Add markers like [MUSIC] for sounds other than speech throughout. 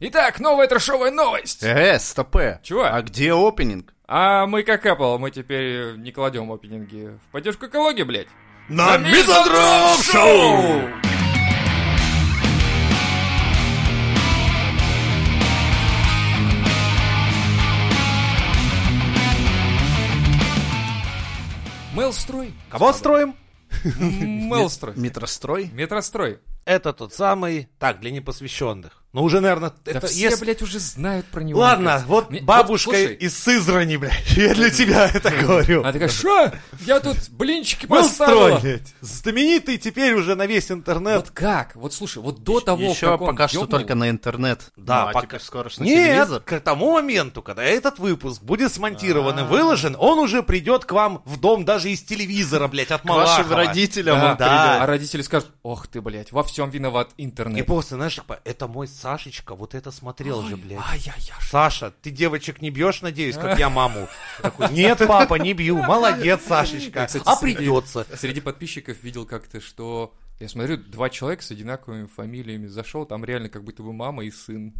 Итак, новая трешовая новость! Э, стоп. Чего? А где опенинг? А мы как Apple, мы теперь э, не кладем опенинги в поддержку экологии, блядь. На Мизантроп Мизантроп Шоу! Мелстрой? Кого строим? Мелстрой. Метрострой? Метрострой. Это тот самый, так, для непосвященных. Ну уже, наверное, Да это все, если- блядь, уже знают про него. мне Ладно, кажется. вот Мне- бабушка слушай, из Сызрани, блядь, [LAUGHS] я для тебя это говорю. Она такая, что? Я тут блинчики Милстрой, поставила. блядь. Знаменитый теперь уже на весь интернет. Э, Вот как? Вот слушай, вот до того, Еще как он пока что ёбнул- только на интернет. Да, ну, а пока- теперь скоро ж на телевизор. Нет, к тому моменту, когда этот выпуск будет смонтирован и выложен, он уже придет к вам в дом даже из телевизора, блядь, от К вашим Малахова. родителям Да, он да. А родители скажут, ох ты, блядь, во всем виноват И интернет. после, знаешь, типа, это мой Сашечка, вот это смотрел же, блядь. Ай-яй-яй. Саша, ты девочек не бьешь, надеюсь, [LAUGHS] как я маму? Такой, нет, папа, не бью. Молодец, Сашечка. Кстати, А среди- придется. Среди подписчиков видел как-то, что... Я смотрю, два человека с одинаковыми фамилиями зашел, там реально как будто бы мама и сын.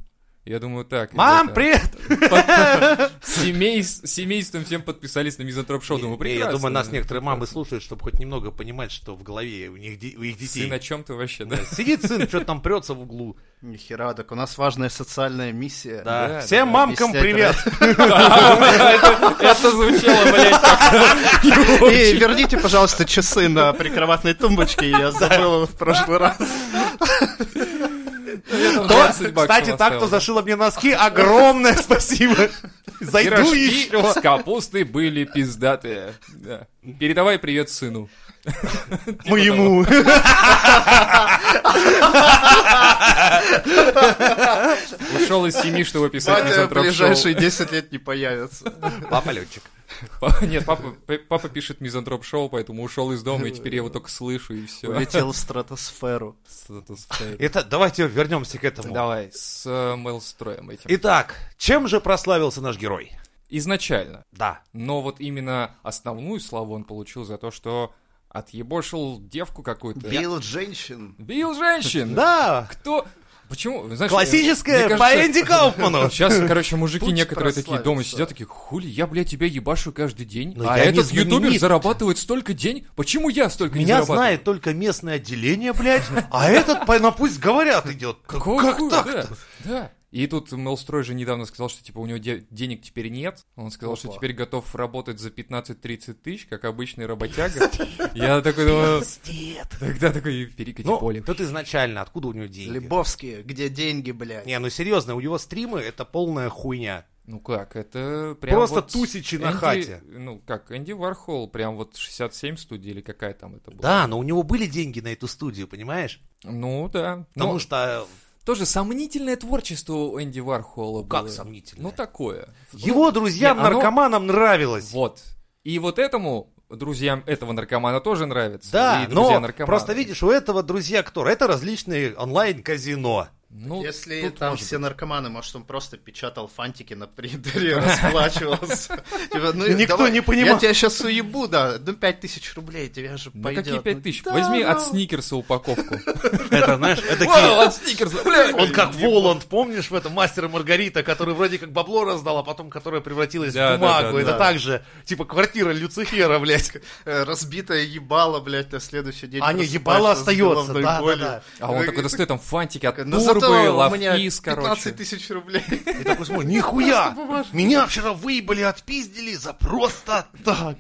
Я думаю, так... Мам, ребята, привет! семей- с Семейством всем подписались на Мизантроп Шоу. Думаю, Не, прекрасно. Я думаю, нас некоторые мамы слушают, чтобы хоть немного понимать, что в голове у них де- у их детей. [LAUGHS] Сын о чем ты вообще, да? Сидит сын, что-то там прется в углу. Нихера, так у нас важная социальная миссия. Да. Да, Всем да, мамкам объяснять привет! Это это звучало, блядь, [LAUGHS] как... И верните, пожалуйста, часы на прикроватной тумбочке, я забыл в прошлый раз. Я там Кто- 20 баксов кстати, так, кто оставил. зашила мне носки, огромное [LAUGHS] спасибо. Зайду [LAUGHS] Пирожки еще. с капустой были пиздатые. Да. Передавай привет сыну. Моему. Ушел из семьи, чтобы писать Батя в Мизантроп Шоу. ближайшие 10 лет не появится. Папа летчик. Па- Нет, папа, п- папа пишет мизантроп шоу, поэтому ушел из дома, и теперь я его только слышу, и все. Улетел в стратосферу. Это, давайте вернемся к этому. Ну, Давай, с э, Мелстроем этим. Итак, чем же прославился наш герой? Изначально. Да. Но вот именно основную славу он получил за то, что отъебошил девку какую-то. Бил женщин. Бил женщин! Да. кто... Почему? Знаешь, мне Классическое кажется, по [LAUGHS] Энди Кауфману. [LAUGHS] Сейчас, А короче, мужики Путь некоторые такие дома прославился. сидят, такие, хули, я, блядь, тебя ебашу каждый день, Но а я не этот ютубер знаменит. зарабатывает столько денег, почему я столько не Меня зарабатываю? знает только местное отделение, блядь, а этот, по- ну пусть говорят, идет. Как Какого как хуя, так-то? Да, да. И тут Мелстрой же недавно сказал, что типа у него де- денег теперь нет. Он сказал, что Опа. теперь готов работать за 15-30 тысяч, как обычный работяга. [LAUGHS] Я такой думаю, тогда такой перекати Ну, поле. тут изначально, откуда у него деньги? Лебовские, где деньги, блядь? Не, ну серьезно, у него стримы это полная хуйня. Ну как, это прям Просто вот тусичи на Энди- хате. Ну как, Энди Вархол, прям вот 67 студии или какая там это была. Да, но у него были деньги на эту студию, понимаешь? Ну да. Потому Ну, что тоже сомнительное творчество у Энди Вархола как было. сомнительно. Ну такое. Его друзьям не, оно- наркоманам нравилось. Вот. И вот этому друзьям этого наркомана тоже нравится. Да, и друзья но наркомана. просто видишь, у этого друзья кто? Это различные онлайн-казино. Ну, Если тут там может все быть. наркоманы, может, он просто печатал фантики на принтере, [LAUGHS] расплачивался. Типа, ну, Никто давай, не понимал. Я тебя сейчас уебу, да. Ну, пять тысяч рублей тебя же Да какие 5 пойдет. тысяч? ну. Возьми от сникерса [LAUGHS] упаковку. Это, знаешь, это Вау, ки- от [LAUGHS] сникерса, бля! Он как Воланд, помнишь, в этом мастера Маргарита, который вроде как бабло раздал, а потом которая превратилась Да, да, в бумагу. да, это да. так же, типа квартира Люцифера, блядь. Разбитая ебала, Э, блядь, на следующий день. А, не, ебало просыпается с головной остается, да, да, болью. да. А он такой Ну, достает там фантики от ну, зато Турбы, у меня Лавкис, 15 короче. тысяч рублей. [LAUGHS] И такой смотрит, нихуя! Меня вчера выебали, отпиздили за просто так.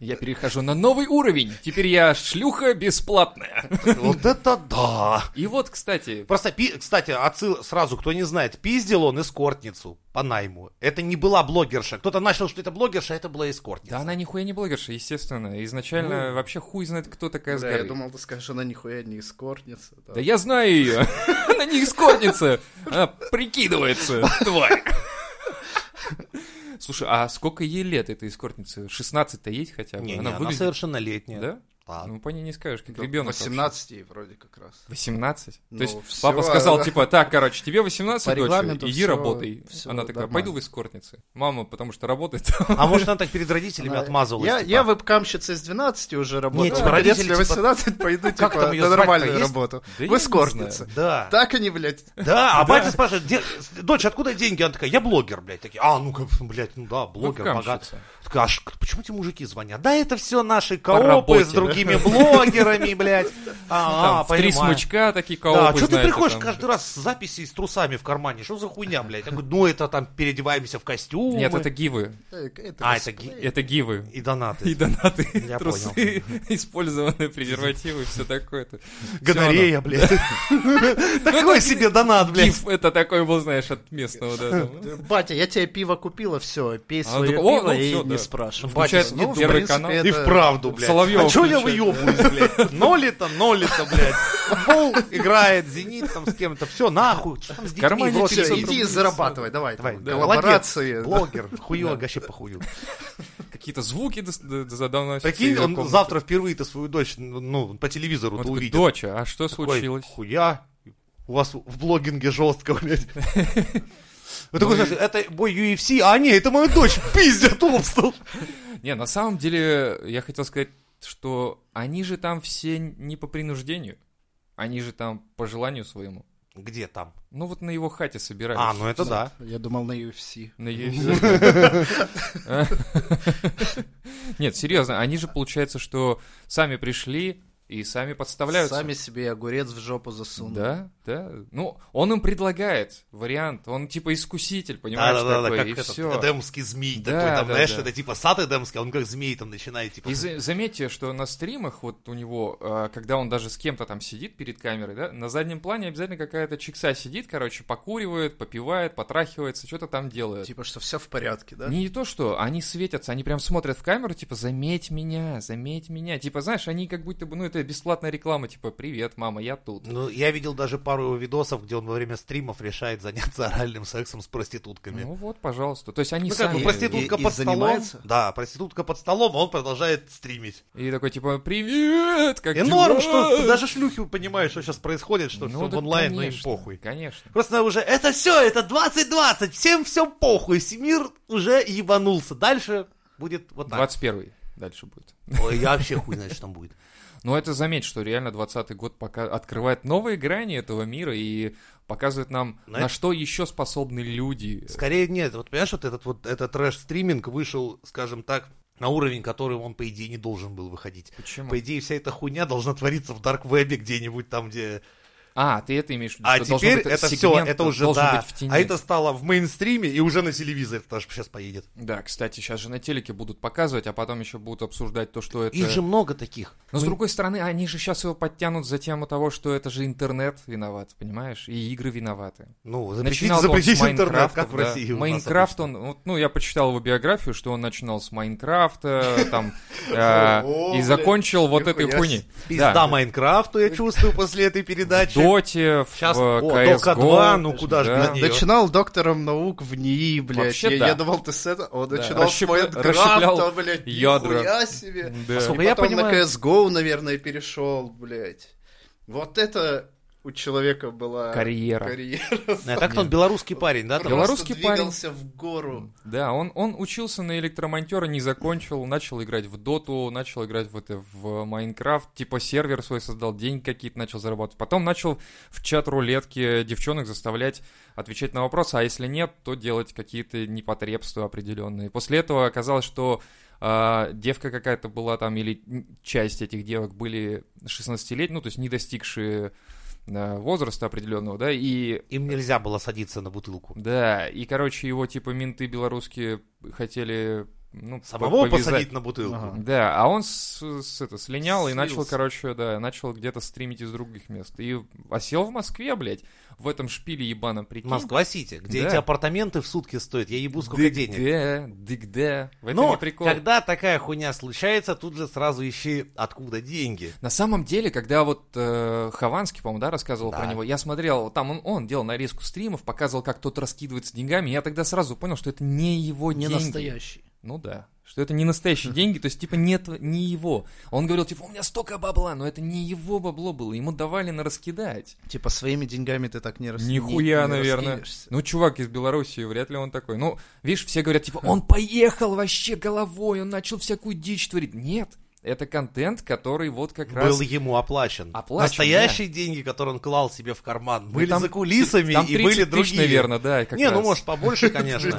Я перехожу на новый уровень. Теперь я шлюха бесплатная. Вот это да! [LAUGHS] И вот, кстати, Просто, пи- кстати, отсыл сразу, кто не знает, пиздил он эскортницу по найму. Это не была блогерша. Кто-то начал, что это блогерша, а это была эскортница. да она нихуя не блогерша, естественно. Изначально вообще хуй знает, кто такая с Да, я горы. думал, ты скажешь, она нихуя не искорнится. там. Да я знаю ее. [LAUGHS] Она не искорнится. Она прикидывается, тварь. Слушай, а сколько ей лет этой искортнице? 16-то есть хотя бы? Не, не, она она выглядит... совершеннолетняя. Да? Ладно. Ну, по ней не скажешь, как До ребенок. 18 ей вроде как раз. 18? Ну, То есть всё, папа сказал, а- типа, так, короче, тебе 18, По дочь, регламенту иди всё- работай. всё Она такая, нормально. пойду в эскортнице. Мама, потому что работает. [LAUGHS] А может, она так перед родителями Она- отмазывалась? Я, типа, я вебкамщица с 12 уже работаю. типа, а родители, если типа, 18, пойду как типа там её на звать-то, нормальную есть? работу. Да я В не эскортнице. Да. Так они, блядь, Да, а батя спрашивает, «Де- дочь, откуда деньги? Она такая, я блогер, блядь. Такие, а, ну-ка, блядь, ну да, блогер, богат. Вебкамщица. Такая, аж, почему эти мужики звонят? Да это все наши работе, коопы с да. другими блогерами, блядь. А, Там а, в три понимаю. смычка такие кого Да, что ты приходишь каждый раз с записей с трусами в кармане? Что за хуйня, блядь? Я говорю, ну это там переодеваемся в костюм. Нет, это гивы. э, А, это косплей. ги- Это гивы. [LAUGHS] и И донаты. донаты, [LAUGHS] Я трусы, [LAUGHS] использованные презервативы, все такое. Гонорея, блядь. [LAUGHS] Ну, Такой себе донат, блядь. Гиф это такой был, знаешь, от местного. да, там. [LAUGHS] э, Батя, я тебе пиво купила, все, пей Она свое такая, «О, пиво ну и всё, не да». спрашивай. Включает Батя, ну, в Первый принципе, канал. это- И вправду, блядь. Соловьёва а чё я включает. выебываюсь, блядь? Ноли-то, ноли-то, блядь. Футбол играет, зенит там с кем-то. Все, нахуй. Чё там с детьми? кармане Вроде Всё, 500 иди рублей. зарабатывай, давай. Давай, там, да. Коллаборации. [LAUGHS] Молодец, Блогер, хуёк, вообще похую. Какие-то звуки дос- д- д- доносятся. Прикинь, из-за он комнаты. завтра впервые-то свою дочь, ну, по телевизору Он то такой, увидит. Доча, а что Такой, случилось? Хуя. У вас в блогинге жестко, блядь. Вы Ну такой, знаешь, это бой UFC, а не, это мою дочь, пиздят, обстал. Не, на самом деле, я хотел сказать, что они же там все не по принуждению. Они же там по желанию своему. Где там? Ну вот на его хате собирались. А, ну это да. Я думал на UFC. На [LAUGHS] UFC. А? Нет, серьезно, они же получается, что сами пришли и сами подставляются. Сами себе огурец в жопу засунули. Да, да. Ну, он им предлагает вариант. Он типа искуситель, понимаешь, Да-да-да, такой, как и этот все. эдемский змей Да, такой, там, да, знаешь, да. это типа сад эдемский, а он как змей там начинает, типа, И за- заметьте, что на стримах вот у него, а, когда он даже с кем-то там сидит перед камерой, да, на заднем плане обязательно какая-то чикса сидит, короче, покуривает, попивает, потрахивается, что-то там делает. Типа, что все в порядке, да? Не то, что они светятся, они прям смотрят в камеру, типа, заметь меня, заметь меня. Типа, знаешь, они как будто бы, ну, это бесплатная реклама, типа, привет, мама, я тут. Ну, я видел даже пару его видосов, где он во время стримов решает заняться [LAUGHS] оральным сексом с проститутками. Ну вот, пожалуйста. То есть они Ну, как сами... бы проститутка и- и под столом. занимается? Да, проститутка под столом, а он продолжает стримить. И такой, типа, привет, как И Э, дела?» норм, что ты даже шлюхи понимаешь, что сейчас происходит, что Ну, все да, онлайн, но им конечно, похуй. Конечно. Просто уже это все, это 2020, всем все похуй, Семир уже ебанулся. Дальше будет вот так. 21 дальше будет. Ой, я вообще хуй знает, что там будет. Но это заметь, что реально 20 год пока открывает новые грани этого мира и показывает нам, Но на это- что еще способны люди. Скорее нет, вот понимаешь, вот этот вот этот трэш-стриминг вышел, скажем так, на уровень, который он, по идее, не должен был выходить. Почему? По идее, вся эта хуйня должна твориться в дарк-вебе где-нибудь там, где... А, ты это имеешь в виду, А что должен теперь быть это все, сегмент, это он уже, должен да. быть в тени. А это стало в мейнстриме и уже на телевизор тоже сейчас поедет. Да, кстати, сейчас же на телеке будут показывать, а потом еще будут обсуждать то, что это... Их же много таких. Но с другой стороны, они же сейчас его подтянут за тему того, что это же интернет виноват, понимаешь? И игры виноваты. Ну, запретить, Начинал он с запретить интернет, Майнкрафта, как в да. России. у нас Майнкрафт, обычно. он, вот, ну, я почитал его биографию, что он начинал с [LAUGHS] Майнкрафта, там, э, и блядь, закончил вот этой нихуя хуйней. Пизда Да. Майнкрафту, я чувствую, после этой В передачи. Доте, в Сейчас, э, о, CSGO. Дока 2, ну куда же да. без нее. Начинал доктором наук в НИИ, блядь. Вообще я, да. я думал, ты с этого... Он Да. начинал Расщеп- с Майнкрафта, расщеплял блядь, ядра. нихуя себе. Да. А И сколько- потом Ну, я понимаю- на CSGO, наверное, перешел, блядь. Вот это у человека была... Карьера. Карьера. А так-то он белорусский парень, да? там? Белорус- Белорусский Белорусский парень. двигался в гору. Да, он, он учился на электромонтера, не закончил, начал играть в доту, начал играть в, это, в Майнкрафт, типа сервер свой создал, деньги какие-то начал зарабатывать. Потом начал в чат рулетки девчонок заставлять отвечать на вопросы, а если нет, то делать какие-то непотребства определенные. После этого оказалось, что а, девка какая-то была там, или часть этих девок были 16-летние, ну то есть не достигшие а, возраста определенного, да, и Им нельзя было садиться на бутылку. да, и, короче, его, типа, менты белорусские хотели, ну, Самого по- повязать. посадить на бутылку. Ага. Да, а он с, с- это, слинял и начал, Слился. короче, да, начал где-то стримить из других мест. И осел в Москве, блядь, в этом шпиле ебаном, прикинь. Москва-Сити, где Да. эти апартаменты в сутки стоят, я ебу сколько Дык денег. Где, дык где. В этом Но и прикол. когда такая хуйня случается, тут же сразу ищи, откуда деньги. На самом деле, когда вот э, Хованский, по-моему, да, рассказывал Да. про него, я смотрел, там он, он делал нарезку стримов, показывал, как тот раскидывается деньгами, я тогда сразу понял, что это не его Не деньги. настоящий. Ну да. Что это не настоящие деньги, то есть, типа, нет, не его. Он говорил, типа, у меня столько бабла, но это не его бабло было, ему давали на раскидать. Типа своими деньгами ты так не рас... Нихуя, не- не наверное. раскинешься. Ну, чувак из Белоруссии, вряд ли он такой. Ну, видишь, все говорят, типа, он поехал вообще головой, он начал всякую дичь творить. Нет, это контент, который вот как раз... Был ему оплачен. Оплачен, Ну, Настоящие деньги, которые он клал себе в карман, были там- за кулисами Там и 30 были тысяч, другие. наверное, да, как не, раз. ну [LAUGHS] может побольше, конечно.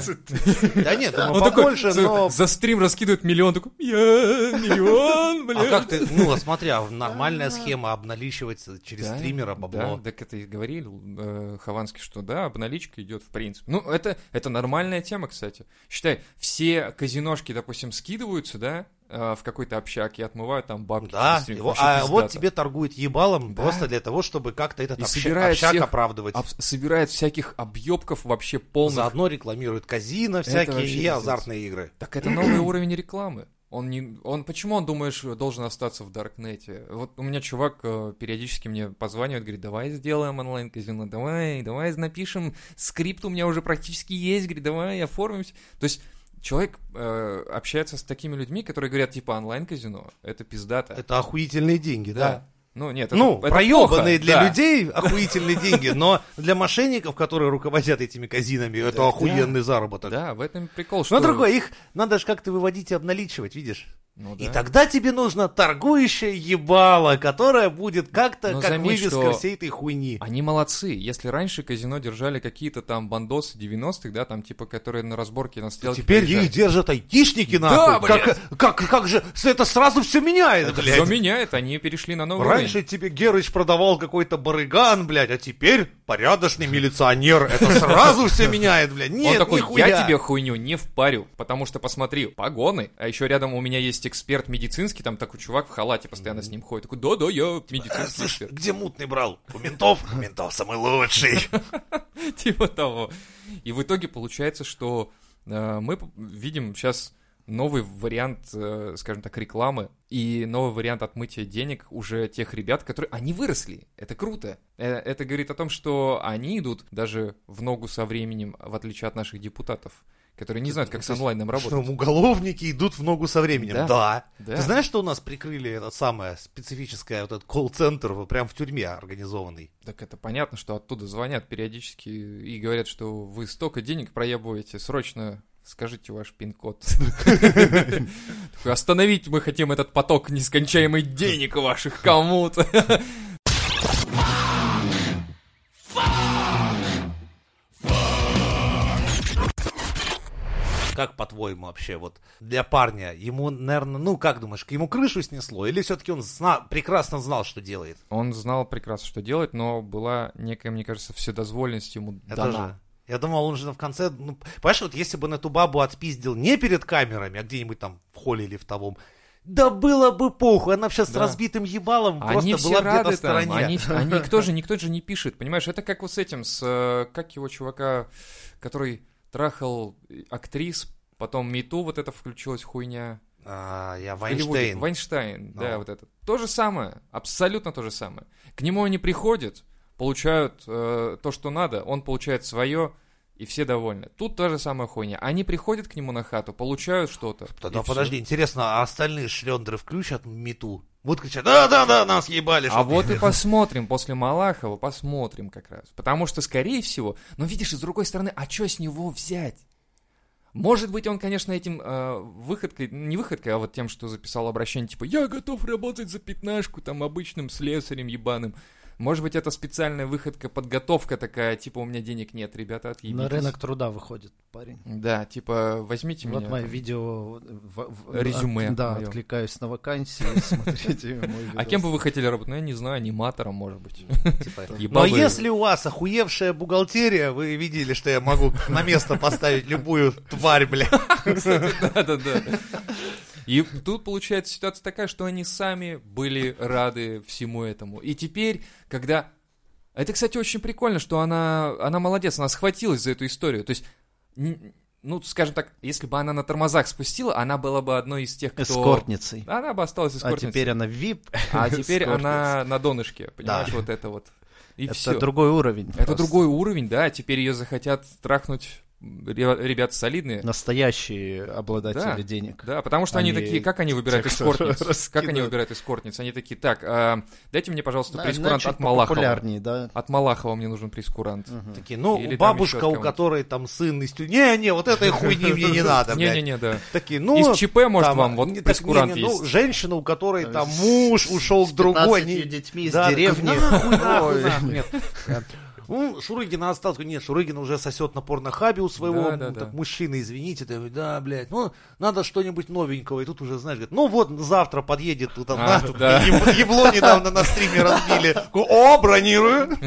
Да нет, Он [LAUGHS] ну такой, побольше, за- но... За стрим раскидывает миллион, такой, я миллион, А бля. как ты, ну, а смотря, в нормальная схема обналичивать через Да, стримера бабло. Да, так это и говорил э, Хованский, что да, обналичка идет в принципе. Ну, это, это нормальная тема, кстати. Считай, все казиношки, допустим, скидываются, да, э, в какой-то общак и отмывают там бабки. Да, через стрим. его- Вообще а пиздато. вот тебе торгуют ебалом Да. просто для того, чтобы как-то этот И обща- собирает общак всех оправдывать. Абс- собирает всяких объебков вообще полных. Заодно рекламируют казино Это всякие вообще и пиздец. азартные игры. Так это новый [CLEARS THROAT] уровень рекламы. Он не, он почему он думаешь должен остаться в Даркнете? Вот у меня чувак э, периодически мне позванивает, говорит, давай сделаем онлайн казино, давай, давай напишем скрипт у меня уже практически есть, говорит, давай оформимся. То есть человек э, общается с такими людьми, которые говорят типа онлайн казино, это пиздата. Это охуительные деньги, да. Ну нет, это, Ну, это плохо, проебанные для да. [LAUGHS] людей охуительные деньги, но для мошенников, которые руководят этими казинами, это Да. охуенный заработок. Да, в этом прикол. Что Но другое, их надо же как-то выводить и обналичивать, видишь? Ну И да. тогда тебе нужно торгующее ебало, которое будет как-то Но как заметь, вывеска что- всей этой хуйни. Они молодцы. Если раньше казино держали какие-то там бандосы 90-х, да, там типа, которые на разборке на стрелке А Теперь приезжали. их держат айтишники, Да, нахуй. как, как, как же, это сразу все меняет, Это блядь. все меняет, они перешли на новый Раньше уровень. тебе Герыч продавал какой-то барыган, блядь, а теперь порядочный милиционер. Это сразу все меняет, блядь. Нет, Он такой, нихуя. я тебе хуйню не впарю, потому что, посмотри, погоны, а еще рядом у меня есть эксперт медицинский, там такой чувак в халате постоянно с ним ходит, такой, да-да, я «Э, медицинский [LAUGHS] Слушай, эксперт, где мутный брал? У ментов? У ментов самый лучший. [LAUGHS] типа того. И в итоге получается, что э, мы п- видим сейчас новый вариант, э, скажем так, рекламы и новый вариант отмытия денег уже тех ребят, которые... Они выросли, это круто. Э, Это говорит о том, что они идут даже в ногу со временем, в отличие от наших депутатов, которые не знают, как с онлайном Что, работать. уголовники идут в ногу со временем. Да. Да. Да. Ты знаешь, что у нас прикрыли это самое специфическое, вот этот колл-центр вот прям в тюрьме организованный? Так это понятно, что оттуда звонят периодически и говорят, что вы столько денег проебываете, срочно скажите ваш пин-код. Такой, Остановить мы хотим этот поток нескончаемый денег ваших кому-то. Как по-твоему вообще, вот для парня, ему, наверное, ну как думаешь, ему крышу снесло? Или все-таки он зна- прекрасно знал, что делает? Он знал прекрасно, что делать, но была некая, мне кажется, вседозволенность ему Это дана. же- Я думал, он же в конце, ну, понимаешь, вот если бы он эту бабу отпиздил не перед камерами, а где-нибудь там в холле или в том, да было бы похуй, она сейчас с Да. разбитым Они ебалом Ну, просто все была где-то рады в там, стороне. они, они- никто же, никто же не пишет, понимаешь, это как вот с этим, с, э, как его чувака, который трахал э, актрис, потом Мету вот это включилась хуйня. А, я в Голливуде. Вайнштейн. Вайнштейн, Ну. да, вот это. То же самое, абсолютно то же самое. К нему они приходят, получают э, то, что надо, он получает свое, и все довольны. Тут та же самая хуйня. Они приходят к нему на хату, получают что-то. Тогда и всё. подожди, интересно, а остальные шлендры включат мету? Вот кричат, да-да-да, нас ебали. А чтоб вот и посмотрим, после Малахова посмотрим как раз. Потому что, скорее всего, но видишь, и с другой стороны, а что с него взять? Может быть, он, конечно, этим э, выходкой, не выходкой, а вот тем, что записал обращение, типа, я готов работать за пятнашку, там, обычным слесарем ебаным. Может быть, это специальная выходка, подготовка такая, типа, у меня денег нет, ребята, отъебитесь. На рынок труда выходит парень. Да, типа, возьмите вот меня. мое там. видео... в- в- Резюме от- да, моё. откликаюсь на вакансии, [LAUGHS] смотрите мой А видос. кем бы вы хотели работать? Ну, я не знаю, аниматором, может быть. [LAUGHS] типа. ну, Ебал [LAUGHS] Но бы- если у вас охуевшая бухгалтерия, вы видели, что я могу на место поставить любую тварь, бля. [LAUGHS] Да-да-да. И тут получается ситуация такая, что они сами были рады всему этому. И теперь, когда... а Это, кстати, очень прикольно, что она, она молодец, она схватилась за эту историю. То есть, н- ну, скажем так, если бы она на тормозах спустила, она была бы одной из тех, кто... Эскортницей. Она бы осталась А эскортницей. теперь она VIP. [LAUGHS] [LAUGHS] А теперь она на донышке, понимаешь, Да. вот это вот. И Это все. другой уровень. Это просто. другой уровень, да, теперь ее а захотят трахнуть ре- ребята солидные. Настоящие обладатели Да. денег. Да, потому что они, Они такие, как они выбирают тех, кто [LAUGHS] эскортниц? Как они раскидывают. выбирают эскортниц? Они такие, так, а, дайте мне, пожалуйста, На- прейскурант чуть от Малахова. популярнее, да. От Малахова мне нужен прейскурант. Такие, ну, Или там еще бабушка, от у кого-то. которой там сын из тюрьмы. Не-не, вот этой хуйни мне [LAUGHS] не надо, блядь. Не-не-не, да. Такие, ну, Из ЧП, может, там, вам вот не- так, прейскурант не-не, ну, есть. [LAUGHS] женщина, у которой Э, там с- муж ушел к другой. 15 не- детьми из да, деревни. такой, [LAUGHS] Ой. нахуй, нахуй, [LAUGHS] нет. Ну, Шурыгина остался. Нет, Шурыгин уже сосет на порнохабе у своего. Да, да, ну, да. так, мужчина, извините. Ты, говоришь, да, блядь, ну, надо что-нибудь новенького. И тут уже, знаешь, говорит, ну вот, завтра подъедет тут А, одна. [LAUGHS] тут да. еб- Ебло недавно на стриме разбили. О, [LAUGHS] бронирую.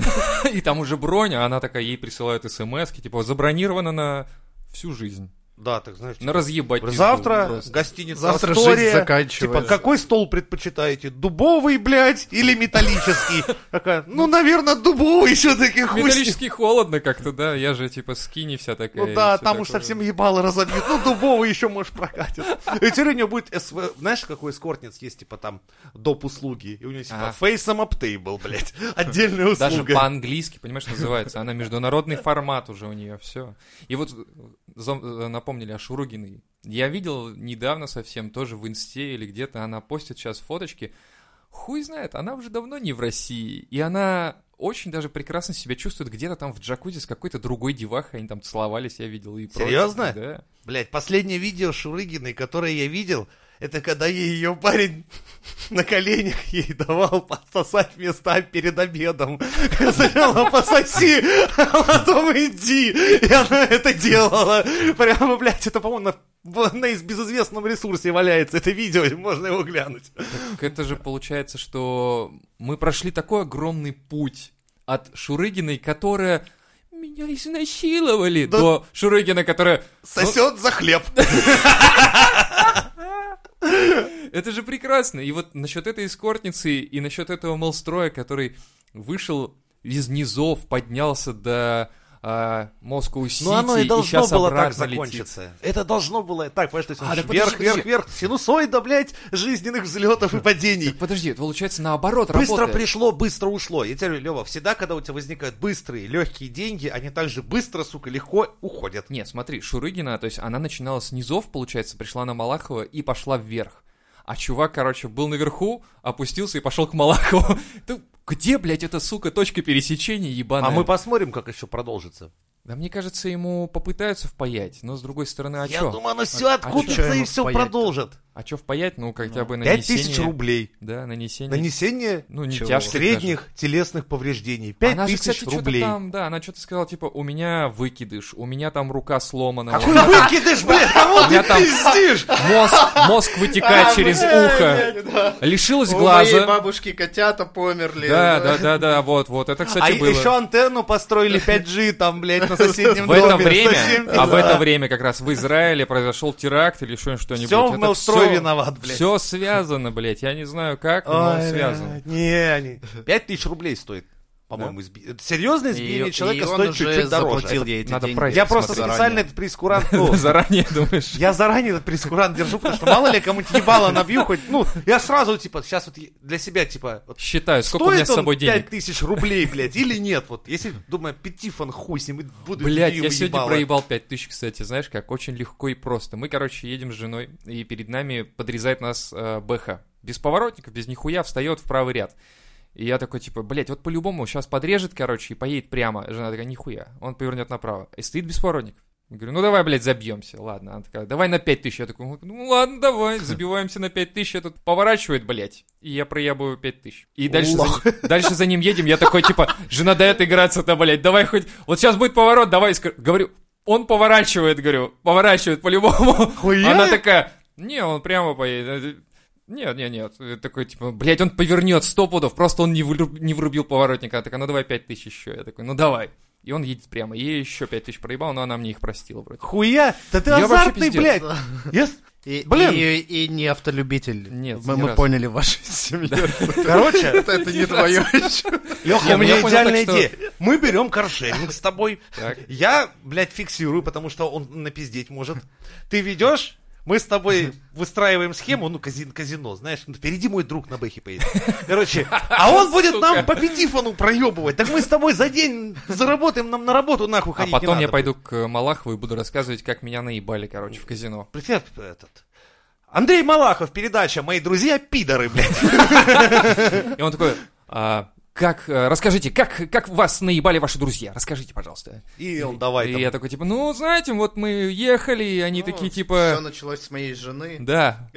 И там уже бронь, а она такая, ей присылают смс типа, забронирована на всю жизнь. Да, так, знаешь, На разъебать. Завтра гостиница Завтра жизнь Астория. Типа, заканчивается. какой стол предпочитаете? Дубовый, блядь, или металлический? Такая, ну, наверное, дубовый еще таки хуй. с ним. Металлически холодно как-то, да. Я же, типа, скини вся такая. Ну и да, всё там уж такое. совсем ебало разобьют. Ну, дубовый еще, может, прокатит. И теперь у него будет СВ... Знаешь, какой эскортниц есть, типа, там, доп. услуги? И у него, типа, Ага. face em uptable, блядь. Отдельная Даже услуга. по-английски, понимаешь, называется. Она международный формат уже у нее, все. И вот зам- э, напомнили о Шуругиной. Я видел недавно совсем тоже в инсте или где-то, она постит сейчас фоточки. Хуй знает, она уже давно не в России. И она очень даже прекрасно себя чувствует где-то там в джакузи с какой-то другой девахой. Они там целовались, я видел. И прочее. Серьезно? Да. Блядь, последнее видео Шурыгиной, которое я видел, это когда ей ее парень [LAUGHS] на коленях ей давал подсосать места перед обедом. Сначала пососи, а потом иди. И она это делала. Прямо, блядь, это, по-моему, на, на из- безызвестном ресурсе валяется это видео, и можно его глянуть. Так это же получается, что мы прошли такой огромный путь от Шурыгиной, которая меня изнасиловали, Да. до Шурыгина, которая... Сосет за хлеб. Это же прекрасно. И вот насчет этой эскортницы и насчет этого Молстроя, который вышел из низов, поднялся до а, Moscow City Но Ну, оно и должно сейчас было так обратно летит. закончиться. Это должно было так, понимаешь, то есть А, так вверх, подожди, вверх, вверх, синусоида, блядь, жизненных взлетов и падений. Так подожди, это получается наоборот Быстро работает. пришло, быстро ушло. Я тебе говорю, Лева, всегда, когда у тебя возникают быстрые, легкие деньги, они также быстро, сука, легко уходят. Нет, смотри, Шурыгина, то есть она начинала с низов, получается, пришла на Малахова и пошла вверх. А чувак, короче, был наверху, опустился и пошел к Малахову. [LAUGHS] Ты где, блядь, эта, сука, точка пересечения ебаная? А мы посмотрим, как еще продолжится. Да мне кажется, ему попытаются впаять, но с другой стороны, а Я чё? думаю, оно все чё откупится ему и все впаять-то? продолжит. А чё впаять? Ну, хотя бы Пять нанесение... тысяч рублей. Да, нанесение... Нанесение Ну, не Чего? тяжких средних телесных повреждений. даже. Пять Она же, тысяч А кстати, чё-то рублей. там, да, она что-то сказала, типа, у меня выкидыш, у меня там рука сломана. Какой выкидыш, блядь, кого меня ты там- пиздишь? Мозг, мозг [LAUGHS] А, вытекает через ухо. Лишилась У глаза. моей бабушки котята померли. Да, да, да, да, вот, вот. Это, Э, А кстати, было. еще антенну построили 5G там, блядь, на соседнем В это доме. время, а в это время как раз в Израиле произошел теракт или еще что-нибудь. Все в Мелстрое виноват, блядь. Все связано, блядь. Я не знаю как, но Ой, связано. блядь, Не, они. Пять тысяч рублей стоит, по-моему, изби- это Серьезное избиение И- человека и он стоит уже чуть-чуть дороже. заплатил Это- ей эти надо деньги. прайс Я просто заранее. специально этот прескурант, [LAUGHS] [LAUGHS] ну, Заранее думаешь. я заранее этот прескурант держу, потому что мало ли кому-нибудь ебало набью хоть, ну, я сразу, типа, сейчас вот е- для себя, типа, вот Считаю, сколько у меня стоит с собой он пять денег. тысяч рублей, блядь, или нет, вот, если, думаю, пятифон хуй с ним, и буду Блять, дебил я сегодня ебало. проебал 5000, кстати, знаешь как, очень легко и просто. Мы, короче, едем с женой, и перед нами подрезает нас э, БХ. Без поворотников, без нихуя, встает в правый ряд. И я такой, типа, блядь, вот по-любому сейчас подрежет, короче, и поедет прямо. Жена такая, нихуя, он повернет направо. И стоит бесповоротник. Я говорю, ну давай, блядь, забьемся. Ладно, она такая, давай на 5000. Я такой, ну ладно, давай, забиваемся на 5000. Этот поворачивает, блядь. И я проебываю 5000. И дальше за, Лох. дальше за ним едем. Я такой, типа, жена дает играться-то, блядь, давай хоть... Вот сейчас будет поворот, давай, ск- говорю, он поворачивает, говорю, поворачивает по-любому. Хуя? Она такая, не, он прямо поедет. Нет, нет, нет. Я Такой, типа, блядь, он повернет сто пудов, просто он не, вру- не врубил поворотника. Она такая, ну давай пять тысяч еще. Я такой, ну давай. И он едет прямо. Ей еще пять тысяч проебал, но она мне их простила вроде. А Хуя? Да ты Я вообще азартный, пиздец. блядь. Я с- И, Блин. И, и не автолюбитель. Нет, мы, ни мы разу. поняли вашу семью. [LAUGHS] Короче, Это, это не твое еще. Не, Леха, у ну меня я понял идеальная так, что- идея. Мы берем каршеринг с тобой. Так. Я, блядь, фиксирую, потому что он напиздеть может. Ты ведешь, Мы с тобой выстраиваем схему, ну, казино, казино знаешь, ну, впереди мой друг на бэхе поедет. Короче, а [LAUGHS] он будет нам по пятифону проебывать. Так мы с тобой за день заработаем, нам на работу нахуй А ходить не потом я надо пойду к Малахову и буду рассказывать, как меня наебали, короче, в казино. Представь этот. Андрей Малахов, передача «Мои друзья пидоры», блядь. И он такой, «А, как, э, расскажите, как, как вас наебали ваши друзья? Расскажите, пожалуйста. И он давай и там. я такой, типа, ну, знаете, вот мы ехали, и Ну, они такие, Все типа, началось с моей жены. да.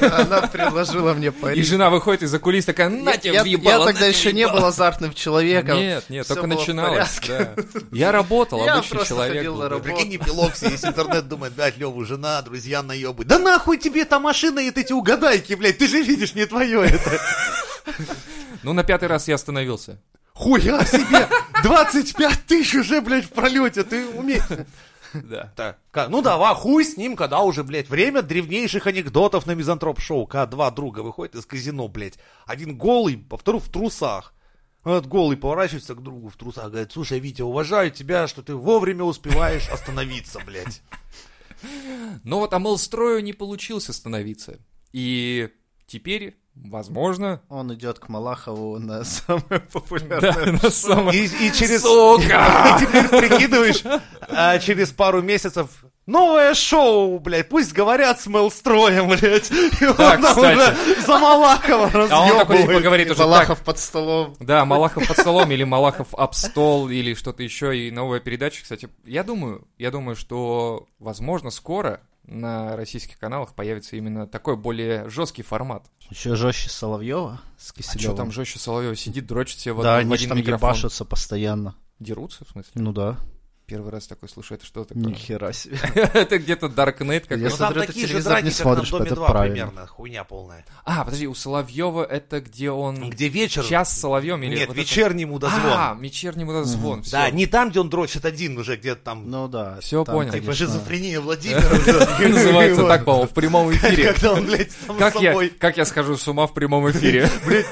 Она предложила мне И пари. жена выходит из-за кулис, такая, на Я- тебе я- въебала, Я на тогда тебе еще не въебала». был азартным человеком. Нет, нет, Всё только было в начиналось. [LAUGHS] да. Я работал, Я обычный просто человек. ходил был, на да. работу. Прикинь, эпилог, весь интернет думает, блядь, Леву, жена, друзья наебы. Да нахуй тебе та машина и вот эти угадайки, блядь, ты же видишь, не твое это. Ну, на пятый раз я [LAUGHS] остановился. Хуя себе, 25 тысяч уже, блядь, в пролете, ты умеешь. Да. Так, ка- Ну давай, хуй с ним, когда уже, блядь, время древнейших анекдотов на мизантроп-шоу. Когда два друга выходят из казино, блядь. Один голый, а второй в трусах. Этот голый поворачивается к другу в трусах, говорит, слушай, Витя, уважаю тебя, что ты вовремя успеваешь остановиться, блядь. Но вот а Амолстрою не получилось остановиться. И теперь, возможно... [LAUGHS] Он идет к Малахову на самое популярное. Да, на самом... И, и через... типа. Сука! [LAUGHS] И теперь прикидываешь, а, через пару месяцев новое шоу, блядь, пусть говорят с Мелстроем, блядь. И [LAUGHS] он Да, там уже за Малахова А он такой разъебывает. типа говорит уже так, Малахов под столом. Да, Малахов под столом или Малахов об стол или что-то еще. И новая передача, кстати. Я думаю, я думаю, что, возможно, скоро на российских каналах появится именно такой более жесткий формат. Еще жестче Соловьева с А что там Киселевым. же еще Соловьев сидит, дрочит себе в, Да, они одну- в же один там микрофон. ебашатся постоянно. Дерутся, в смысле? Ну да. Первый раз такой слышу, это что [LAUGHS] такое? Нихера себе. Это где-то Даркнет Я Ну какой-то. там смотрю, ты такие же телевизор драки, не как на смотришь, Доме это 2 правильно. примерно, хуйня полная. А, подожди, у Соловьева это где он... Где вечер? Час с Соловьем или... Нет, вот это- вечерний мудозвон. А, вечерний мудозвон. всё. [LAUGHS] да, не там, где он дрочит один уже где-то там. Ну да. Всё там, понял. типа конечно, шизофрения Владимира. [LAUGHS] уже. Называется Его. [LAUGHS] так, по-моему, в прямом эфире. Когда он, блядь, сам Как я, собой. как я схожу с ума в прямом [LAUGHS] эфире? Блядь,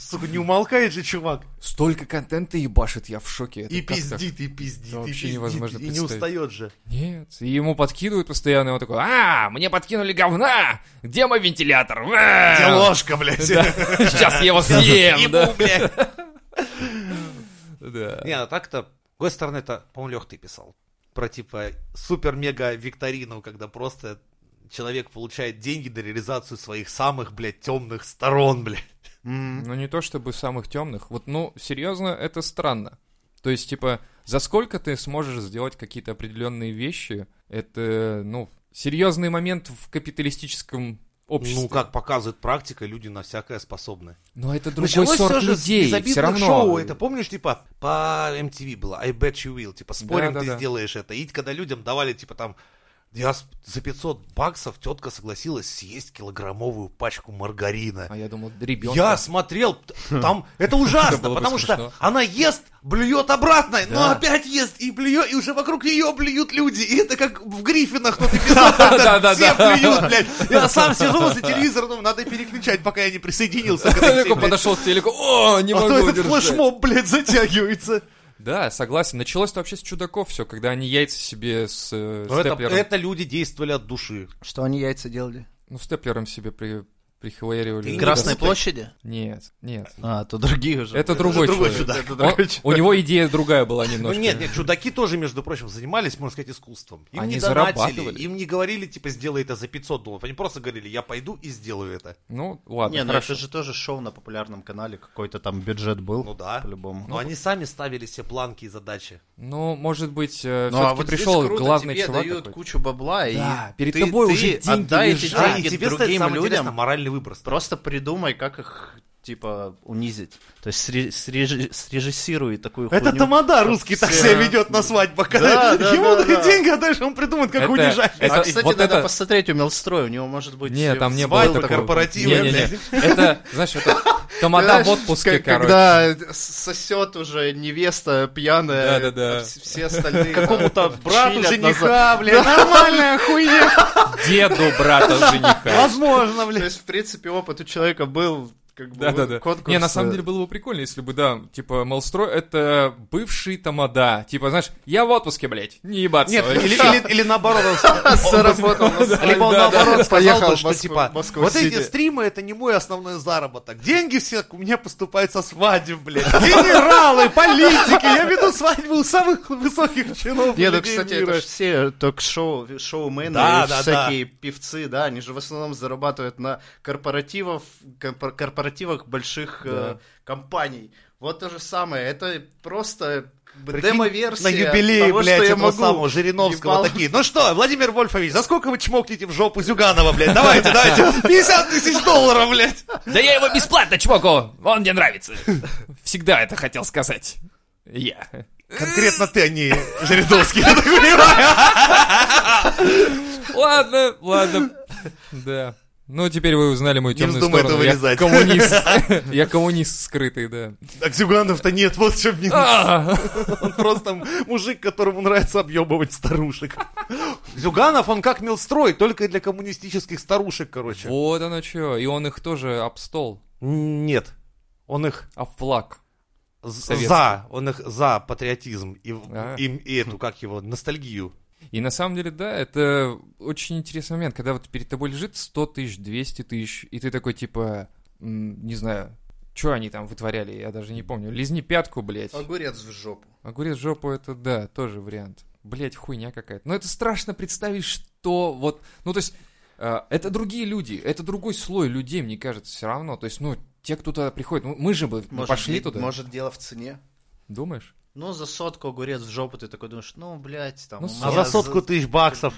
сука, не умолкает же чувак. Столько контента ебашит, я в шоке. Это И как так? пиздит, и пиздит, Это и вообще пиздит. невозможно И не представить. устает же. Нет. И ему подкидывают постоянно, и он такой, а, мне подкинули говна! Где мой вентилятор? Где Ва! ложка, [LAUGHS] блядь? Сейчас я его съем, да. Ему, блядь. Да. [LAUGHS] Не, а так-то, с другой стороны, это, по-моему, Лех ты писал. Про типа супер-мега-викторину, когда просто человек получает деньги на реализацию своих самых, блядь, темных сторон, блядь. Ну, не то чтобы самых темных. Вот, ну, серьезно, это странно. То есть, типа, за сколько ты сможешь сделать какие-то определенные вещи, это, ну, серьезный момент в капиталистическом обществе. Ну, как показывает практика, люди на всякое способны. Но это другой Началось Ну, сорт всё же людей, с безобидных все равно. шоу. Это помнишь, типа, по MTV было, I bet you will, типа, спорим, ты Да-да-да. сделаешь это. И когда людям давали, типа, там, я с- за 500 баксов тетка согласилась съесть килограммовую пачку маргарина. А я думал, ребенок. [LAUGHS] Я смотрел, т- там Это это ужасно, было бы потому что смешно. она ест, блюет обратно, но Да. опять ест и блюет, и уже вокруг нее блюют люди. И это как в Гриффинах [LAUGHS] тот эпизод, когда Да-да-да. все блюют, [LAUGHS] блядь. Я сам сижу возле телевизора, думаю, надо переключать, пока я не присоединился к этой Такой всей, блядь. подошел к телеку, о, не А могу то этот удержать». флешмоб, блядь, затягивается. Да, согласен. Началось-то вообще с чудаков все, когда они яйца себе с э, Ну, степлером, люди действовали от души. Что они яйца делали? ну, степлером себе при, прихуяривали. Ты Да. Красной Красной площади? Нет, нет. А, то другие уже. Это, другой, другой человек. чудак. Это Он- другой человек. У него идея другая была Ну немножко. нет, нет, чудаки тоже, между прочим, занимались, можно сказать, искусством. Им Они не донатили, зарабатывали. им не говорили, типа, сделай это за 500 долларов. Они просто говорили, я пойду и сделаю это. Ну, ладно, Не, ну хорошо. это же тоже шоу на популярном канале, какой-то там бюджет был. Ну да. По-любому. Но они сами ставили себе планки и задачи. Ну, может быть, э, Ну, все-таки а вот здесь пришел круто, главный тебе чувак. дают какой-то. кучу бабла, и Да, перед ты- тобой ты уже деньги отдай эти лежат. Да, А, и деньги тебе стоит другим самое интересное людям. моральный выбор. Просто придумай, как их типа унизить. То есть сре- срежи- срежиссируй такую хуйню. тамада русский так себя ведет на свадьбах. [LAUGHS] когда ему дают деньги, а дальше он придумает, как Это- унижать. это- а, кстати, вот надо это- посмотреть у Мелстроя, у него может быть... Не, э, там не было свадьба, Это такого. корпоративы, Не-не-не. [LAUGHS] Это, знаешь, это тамада Знаешь, в отпуске, к- короче. Когда сосет уже невеста пьяная, Да-да-да. а вс- все остальные... Какому-то там брату чилят жениха, назад. блядь, [LAUGHS] нормальная хуйня. Деду брата жениха. Возможно, [LAUGHS] То есть, в принципе, опыт у человека был Как бы Да, да, да. вот конкурс, Не, на самом э, деле было бы прикольно, если бы, да, типа, Малстрой это бывший тамада. Типа, знаешь, я в отпуске, блядь, не ебаться. Нет, или, или- или наоборот, он а, [LAUGHS] [LAUGHS] с- Заработал. на самом либо он [LAUGHS] да, да, наоборот сказал, Поехал бы, в что Москву- типа, Москву вот эти Сити. стримы, это не мой основной заработок. Деньги все у меня поступают со свадеб, блядь. Генералы, [LAUGHS] политики, я веду свадьбы у самых высоких чинов Не, ну, людей кстати, мира. это ж все ток-шоу, шоумены, Да, и да, всякие певцы, да, они же в основном зарабатывают на корпоративов, корпор- корпоративах больших э, компаний. Вот то же самое, это просто как бы, Прикинь, демо-версия На юбилей, того, блядь, что я этого могу. самого Жириновского Ебал. такие. Ну что, Владимир Вольфович, за сколько вы чмокнете в жопу Зюганова, блядь? Давайте, [LAUGHS] давайте. 50 тысяч долларов, блядь. Да я его бесплатно чмокал, он мне нравится. Всегда это хотел сказать. Я. Конкретно ты, а не Жириновский, [LAUGHS] я так понимаю. Ладно, ладно. Да. Ну, теперь вы узнали мою Не темную вздумай сторону. это Я вырезать. коммунист. Я коммунист скрытый, да. Так Зюганов-то нет, вот в чем минус. А, Он просто мужик, которому нравится объебывать старушек. Зюганов, он как Милстрой, только для коммунистических старушек, короче. Вот оно что. И он их тоже об стол, Нет. Он их об флаг. з- Советский. за, он их за патриотизм и, А. и, и эту, как его, ностальгию. И на самом деле, да, это очень интересный момент, когда вот перед тобой лежит 100 тысяч, 200 тысяч, и ты такой, типа, м, не знаю, что они там вытворяли, я даже не помню. Лизни пятку, блядь. [LAUGHS] Огурец в жопу. Огурец в жопу это да, тоже вариант. Блять, хуйня какая-то. Но это страшно представить, что вот. Ну, то есть, э, это другие люди, это другой слой людей, мне кажется, все равно. То есть, ну, те, кто туда приходит, ну, мы же бы не Может, пошли де- туда. Может, дело в цене? Думаешь? Ну, за сотку огурец в жопу ты такой думаешь, ну, блядь, там... Ну, у сотку. А меня за сотку тысяч баксов.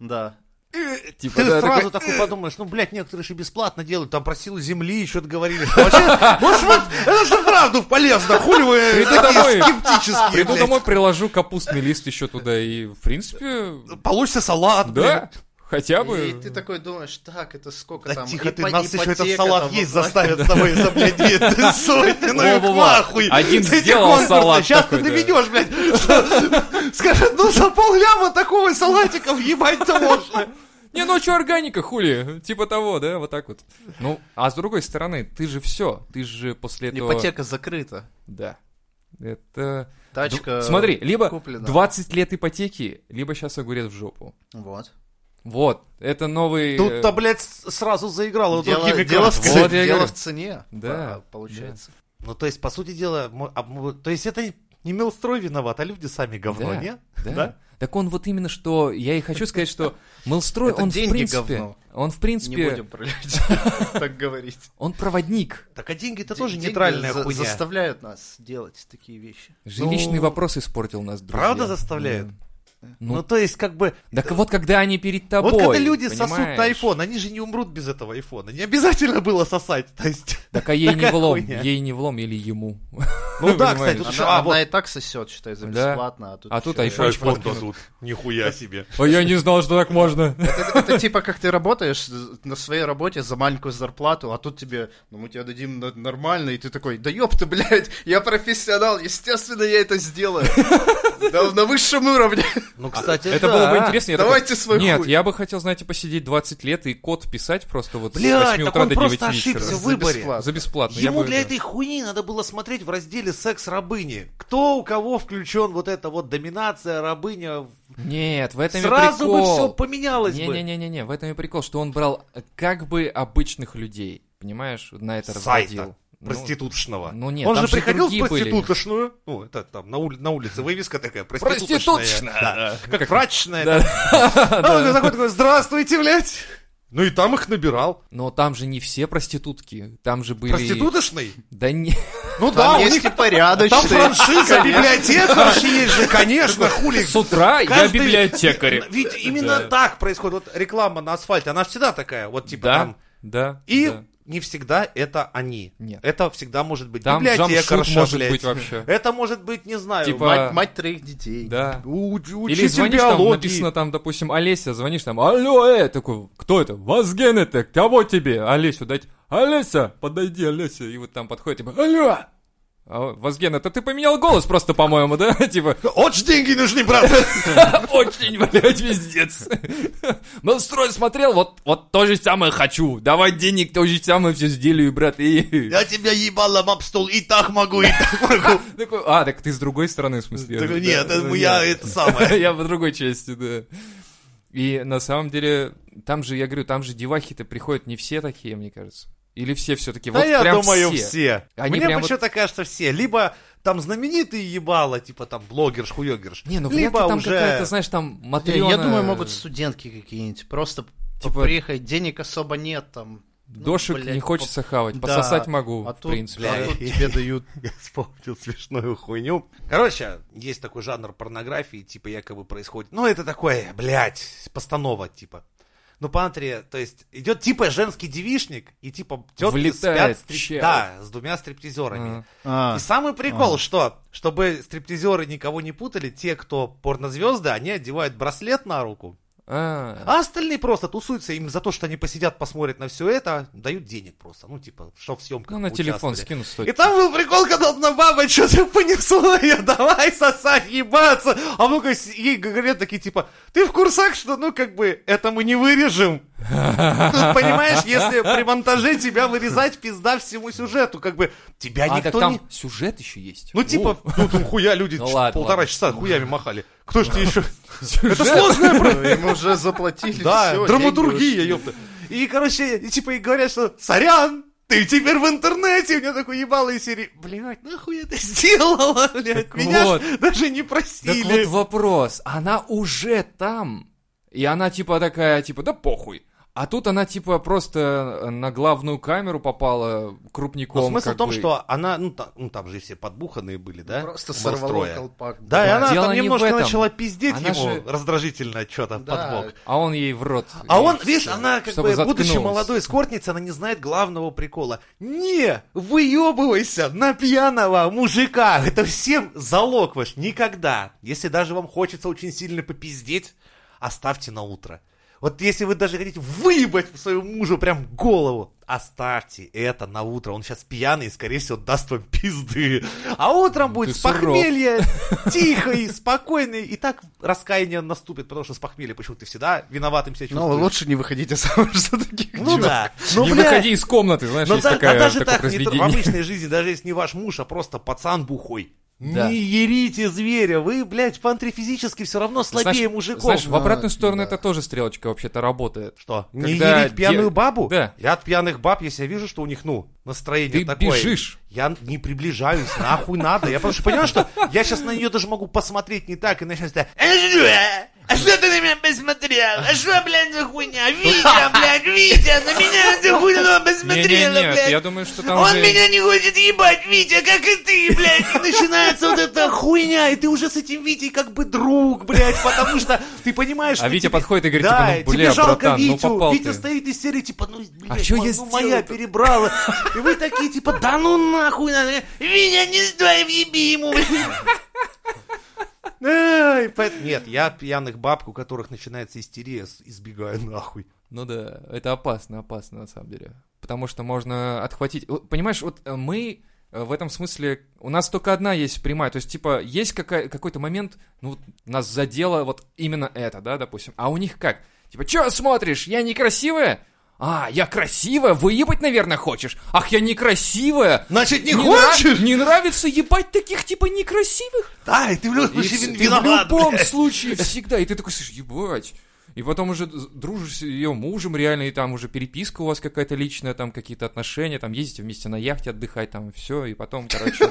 Да. Э, Типа, Ты да, [LAUGHS] сразу такой, такой подумаешь, ну, блядь, некоторые же бесплатно делают, там про силу земли что-то говорили. что Вообще, может, вот, это же правду полезно, хули вы Приду такие домой. скептические, Приду блядь. домой, приложу капустный лист еще туда, и, в принципе, Получится салат, да, блядь. хотя И бы. ты такой думаешь, так, это сколько Да там? тихо ты, ипо- нас еще этот ипотека салат там, есть вот, заставят с тобой за, блядь, [LAUGHS] две ты сотни, ну и Во-во-во. нахуй. Один Эти сделал конкурсы, салат Сейчас такой, ты да. доведешь, блядь. что- Скажет, ну за полляма такого салатика въебать-то можно. Не, ну что, органика, хули? Типа того, да, вот так вот. Ну, а с другой стороны, ты же все, ты же после этого... Ипотека закрыта. Да. Это... Тачка Ду- Смотри, либо куплена. 20 лет ипотеки, либо сейчас огурец в жопу. Вот. Вот, это новый... э, Тут-то, блядь, с- сразу заиграло Дело, другими дело в, красками. Вот я ц- дело говорю. в цене, Да, да, получается. Ну, то есть, по сути дела, мы- а мы- то есть это не Милстрой виноват, а люди сами говно, Да. не? Да. да? Так он вот именно что... Я и хочу сказать, что Мелстрой, Это он в деньги принципе... говно. Он в Не принципе... будем про людей [LAUGHS] так говорить. Он проводник. Так а деньги это Д- тоже деньги нейтральная за- хуйня. заставляют нас делать такие вещи. Жилищный Ну, вопрос испортил нас, друзья. Правда заставляют? Да. Ну, Ну, то есть, как бы, так вот, когда они перед тобой, Вот когда люди сосут понимаешь? на айфон, они же не умрут без этого айфона. Не обязательно было сосать. То [LAUGHS] есть, Так а ей не Такая влом, хуйня. ей не влом или ему. [LAUGHS] ну да, Понимаешь? кстати, тут Она, еще- а, она вот, и так сосет, считай, за Да. бесплатно. А тут, А тут ещё- iPhone. айфон дадут. Нихуя себе. А я не знал, что так можно. Это, это типа как ты работаешь на своей работе за маленькую зарплату, а тут тебе, ну мы тебе дадим на- нормально, и ты такой, да ёб ты, блядь, я профессионал, естественно я [LAUGHS] это сделаю. Да, на высшем уровне. Ну, кстати, Это да. было бы интересно. я такой, Давайте свой Нет, хуй. я бы хотел, знаете, посидеть 20 лет и код писать просто вот с 8 Блядь, так утра он до 9 просто вечера. ошибся в За выборе. бесплатно. За бесплатно. я Ему бы- для да. этой хуйни надо было смотреть в разделе «Секс рабыни». Кто у кого включен вот эта вот доминация, рабыня. Нет, в этом Сразу и бы все прикол. поменялось бы. Не-не-не-не, в этом и прикол, что он брал э, как бы обычных людей, понимаешь, на это Сайта разводил. Ну, Проститутшного. ну нет, Он там же же приходил в другие были. проститутошную. Ну, это там на, ули- на улице вывеска такая, проститутошная. Проституточная! Да. Да. Как [LAUGHS] врачная. Да. А он такой, такой, здравствуйте, блядь. Ну и там их набирал. Но там же не все проститутки, там же были... Проститутошный? Да не... Ну да, Там у есть типа них и порядочные. там франшиза, библиотекарь есть же, конечно, хули. С утра я Каждый- библиотекарь. Ведь именно Да. так происходит. Вот реклама на асфальте, она ж всегда такая, вот [LAUGHS] типа Да, там. да. И да. не всегда это они. Нет. Это всегда может быть Там библиотекарша, джамшут может блядь. быть вообще. Это может быть, не знаю, Типа, Мать, мать троих детей. Да. у- у- Или учитель звонишь, там биологии. написано там, допустим, Олеся, звонишь там, алло, э, такой, кто это? Вазген это, кого тебе? Олесю дать, Олеся, подойди, Олеся, и вот там подходит, типа, алло, А, Вазген, это ты поменял голос просто, по-моему, да? [LAUGHS] Типа, Очень деньги нужны, брат. очень, блядь, пиздец. [LAUGHS] Монстрой смотрел, вот, вот то же самое хочу. Давай денег, то же самое все сделаю, брат. И... Я тебя ебалом об стол и так могу, и так могу. Такой, а, так ты с другой стороны, в смысле? Такой, Да, Нет, да, это нет. я это [LAUGHS] самое. Я по другой части, да. И на самом деле, там же, я говорю, там же девахи-то приходят не все такие, мне кажется. Или все все-таки? Да вот я прям думаю, все. все. Они Мне прям почему-то кажется, все. Либо там знаменитые ебала, типа там блогерш, хуёгерш. Не, ну вряд ли либо там какая-то, уже... знаешь, там Я, Матрена... я думаю, могут студентки какие-нибудь. Просто Типа- приехать, денег особо нет там. Ну, Дошек блядь, не хочется хавать, да. пососать могу, А в тут, принципе. бля, Да. тут тебе дают. [LAUGHS] Я вспомнил смешную хуйню. Короче, есть такой жанр порнографии, типа якобы происходит. Ну, это такое, блядь, постанова, типа. Ну, пантри, то есть, идет типа женский девишник, и типа тетки Влетает спят стрип- чел. да, с двумя стриптизерами. Ага. А, И самый прикол, А. что, чтобы стриптизеры никого не путали, те, кто порнозвезды, они одевают браслет на руку, А. а остальные просто тусуются, им за то, что они посидят, посмотрят на все это, дают денег просто, ну, типа, что в съемках Ну, на телефон поучаствовали. скину 100. И там был прикол, когда одна баба что-то [LAUGHS] понесла, я давай сосать, ебаться. А ну-ка, с- ей говорят такие, типа, ты в курсах, что, ну, как бы, это мы не вырежем. Тут, понимаешь, если при монтаже тебя вырезать, пизда всему сюжету, как бы, тебя А, так никто не... там сюжет еще есть. Ну, типа, ну, там хуя люди Ну, ч- ладно, полтора ладно. часа хуями махали. Кто ж тебе еще... Сюжет? Это сложная Им уже заплатили. [LAUGHS] да, всё, драматургия, деньги ёпта. И, короче, и, типа, и говорят, что «Сорян, ты теперь в интернете!» У меня такой ебалый серии. Блядь, нахуй я это сделала, блядь? Так меня ж вот. даже не Так просили. вот вопрос, она уже там, и она типа такая, типа, да похуй. А тут она типа просто на главную камеру попала крупником. Но Ну, смысл в как том, бы. что она, ну там, ну, там же и все подбуханные были, да? Просто Монстроя. сорвало колпак. Да, и она Дело там не в немножко этом. начала пиздеть Она ему же- раздражительно что-то Да. под бок. А он ей в рот. А И он, всё. видишь, она как Чтобы бы, будучи заткнулась. молодой скортница, она не знает главного прикола. Не, выебывайся на пьяного мужика. Это всем залог ваш. Никогда. Если даже вам хочется очень сильно попиздеть, оставьте на утро. Вот если вы даже хотите выебать своему мужу прям голову, оставьте это на утро. Он сейчас пьяный и, скорее всего, даст вам пизды. А утром будет с суров. похмелья, [LAUGHS] тихо и спокойно. И так раскаяние наступит, потому что с похмелья почему ты всегда виноватым себя чувствуешь. Ну, лучше не а выходите [LAUGHS] замуж за таких Ну да. Ну, не бля, выходи из комнаты, знаешь, но есть да- а такая, даже такое так, не то- в произведение. [LAUGHS] обычной жизни, даже если не ваш муж, а просто пацан бухой. Да. Не ерите зверя, вы, блядь, пантри физически все равно слабее Знаешь- мужиков. Знаешь, в Ну, обратную сторону да. это тоже стрелочка вообще-то работает. Что? Не когда ерить пьяную де- бабу? Да. Я от пьяных баб, если я вижу, что у них, ну, настроение Ты такое. бежишь. Я не приближаюсь, нахуй надо. Я просто понимаю, что я сейчас на нее даже могу посмотреть не так, и начну себя... «Э, Э, А что ты на меня посмотрел? А что, блядь, за хуйня? Витя, блядь, Витя, на меня ты хуйно посмотрела, Не-не-нет, я блядь. думаю, что там Он же- меня не хочет ебать, Витя, как и ты, блядь. И начинается вот эта хуйня, и ты уже с этим Витей как бы друг, блядь, потому что ты понимаешь, А что Витя тебе- подходит и говорит, да, типа, ну, бля, тебе жалко братан, ну, Витю, попал Витя ты. А стоит из серии, типа, ну, блядь, чё мо- я ну моя сделал-то? перебрала, и вы такие, типа, да ну нахуй, на- Витя, не стой, въеби ему, блядь. Ай, поэт- Нет, я пьяных баб, у которых начинается истерия, с- избегаю нахуй. Ну да, это опасно, опасно на самом деле. Потому что можно отхватить... Вот, Понимаешь, вот э, мы э, в этом смысле... У нас только одна есть прямая. То есть, типа, есть какая- какой-то момент, ну, вот нас задело вот именно это, да, допустим. А у них как? Типа, чё смотришь? Я некрасивая? А, я красивая? Выебать, наверное, хочешь? Ах, я некрасивая? Значит, не нра- хочешь? не нравится ебать таких, типа, некрасивых? Да, и ты в любом И случае ты виноват, в любом блядь. случае всегда. И ты такой, слышишь, ебать. И потом уже з- дружишь с ее мужем реально, и там уже переписка у вас какая-то личная, там какие-то отношения, там ездите вместе на яхте отдыхать, там все, и потом, короче...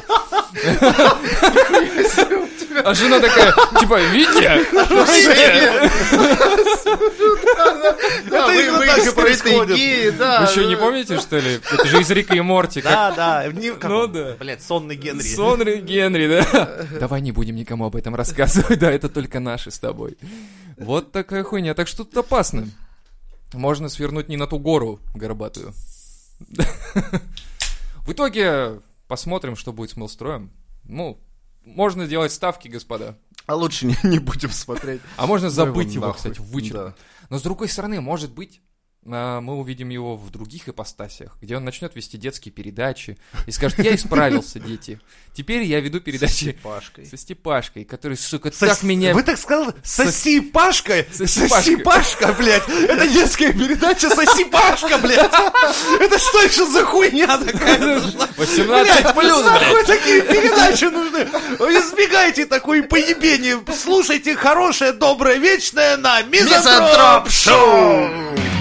А жена такая, типа, Витя, Витя, Да, Это вы- именно вы так же и про это происходит. идеи, да. вы что, не помните, что ли? Это же из Рика и Морти, как Да, да, не- как Ну он, да. Блядь, сонный Генри. Сонри Генри, [LAUGHS] да? Давай не будем никому об этом рассказывать, да, это только наши с тобой. Вот такая хуйня, так что тут опасно. Можно свернуть не на ту гору горбатую. [LAUGHS] В итоге посмотрим, что будет с Мелстроем. Ну, можно делать ставки, господа. А лучше не, не будем смотреть. А можно Ну его забыть его, нахуй. кстати, вычеркнуть. Да. Но с другой стороны, может быть, а, мы увидим его в других ипостасях, где он начнет вести детские передачи и скажет, я исправился, дети. Теперь я веду передачи Пашкой. со Степашкой, который, сука, Сос- так меня... Вы так сказали? Соси Пашка! Соси Соси Пашка. Пашка, блядь! Это детская передача Соси Пашка, блядь! Это что еще за хуйня такая? 18 плюс, блядь. Нахуй такие передачи нужны? Вы Избегайте такой поебени! Слушайте хорошее, доброе, вечное на Мизантроп Шоу!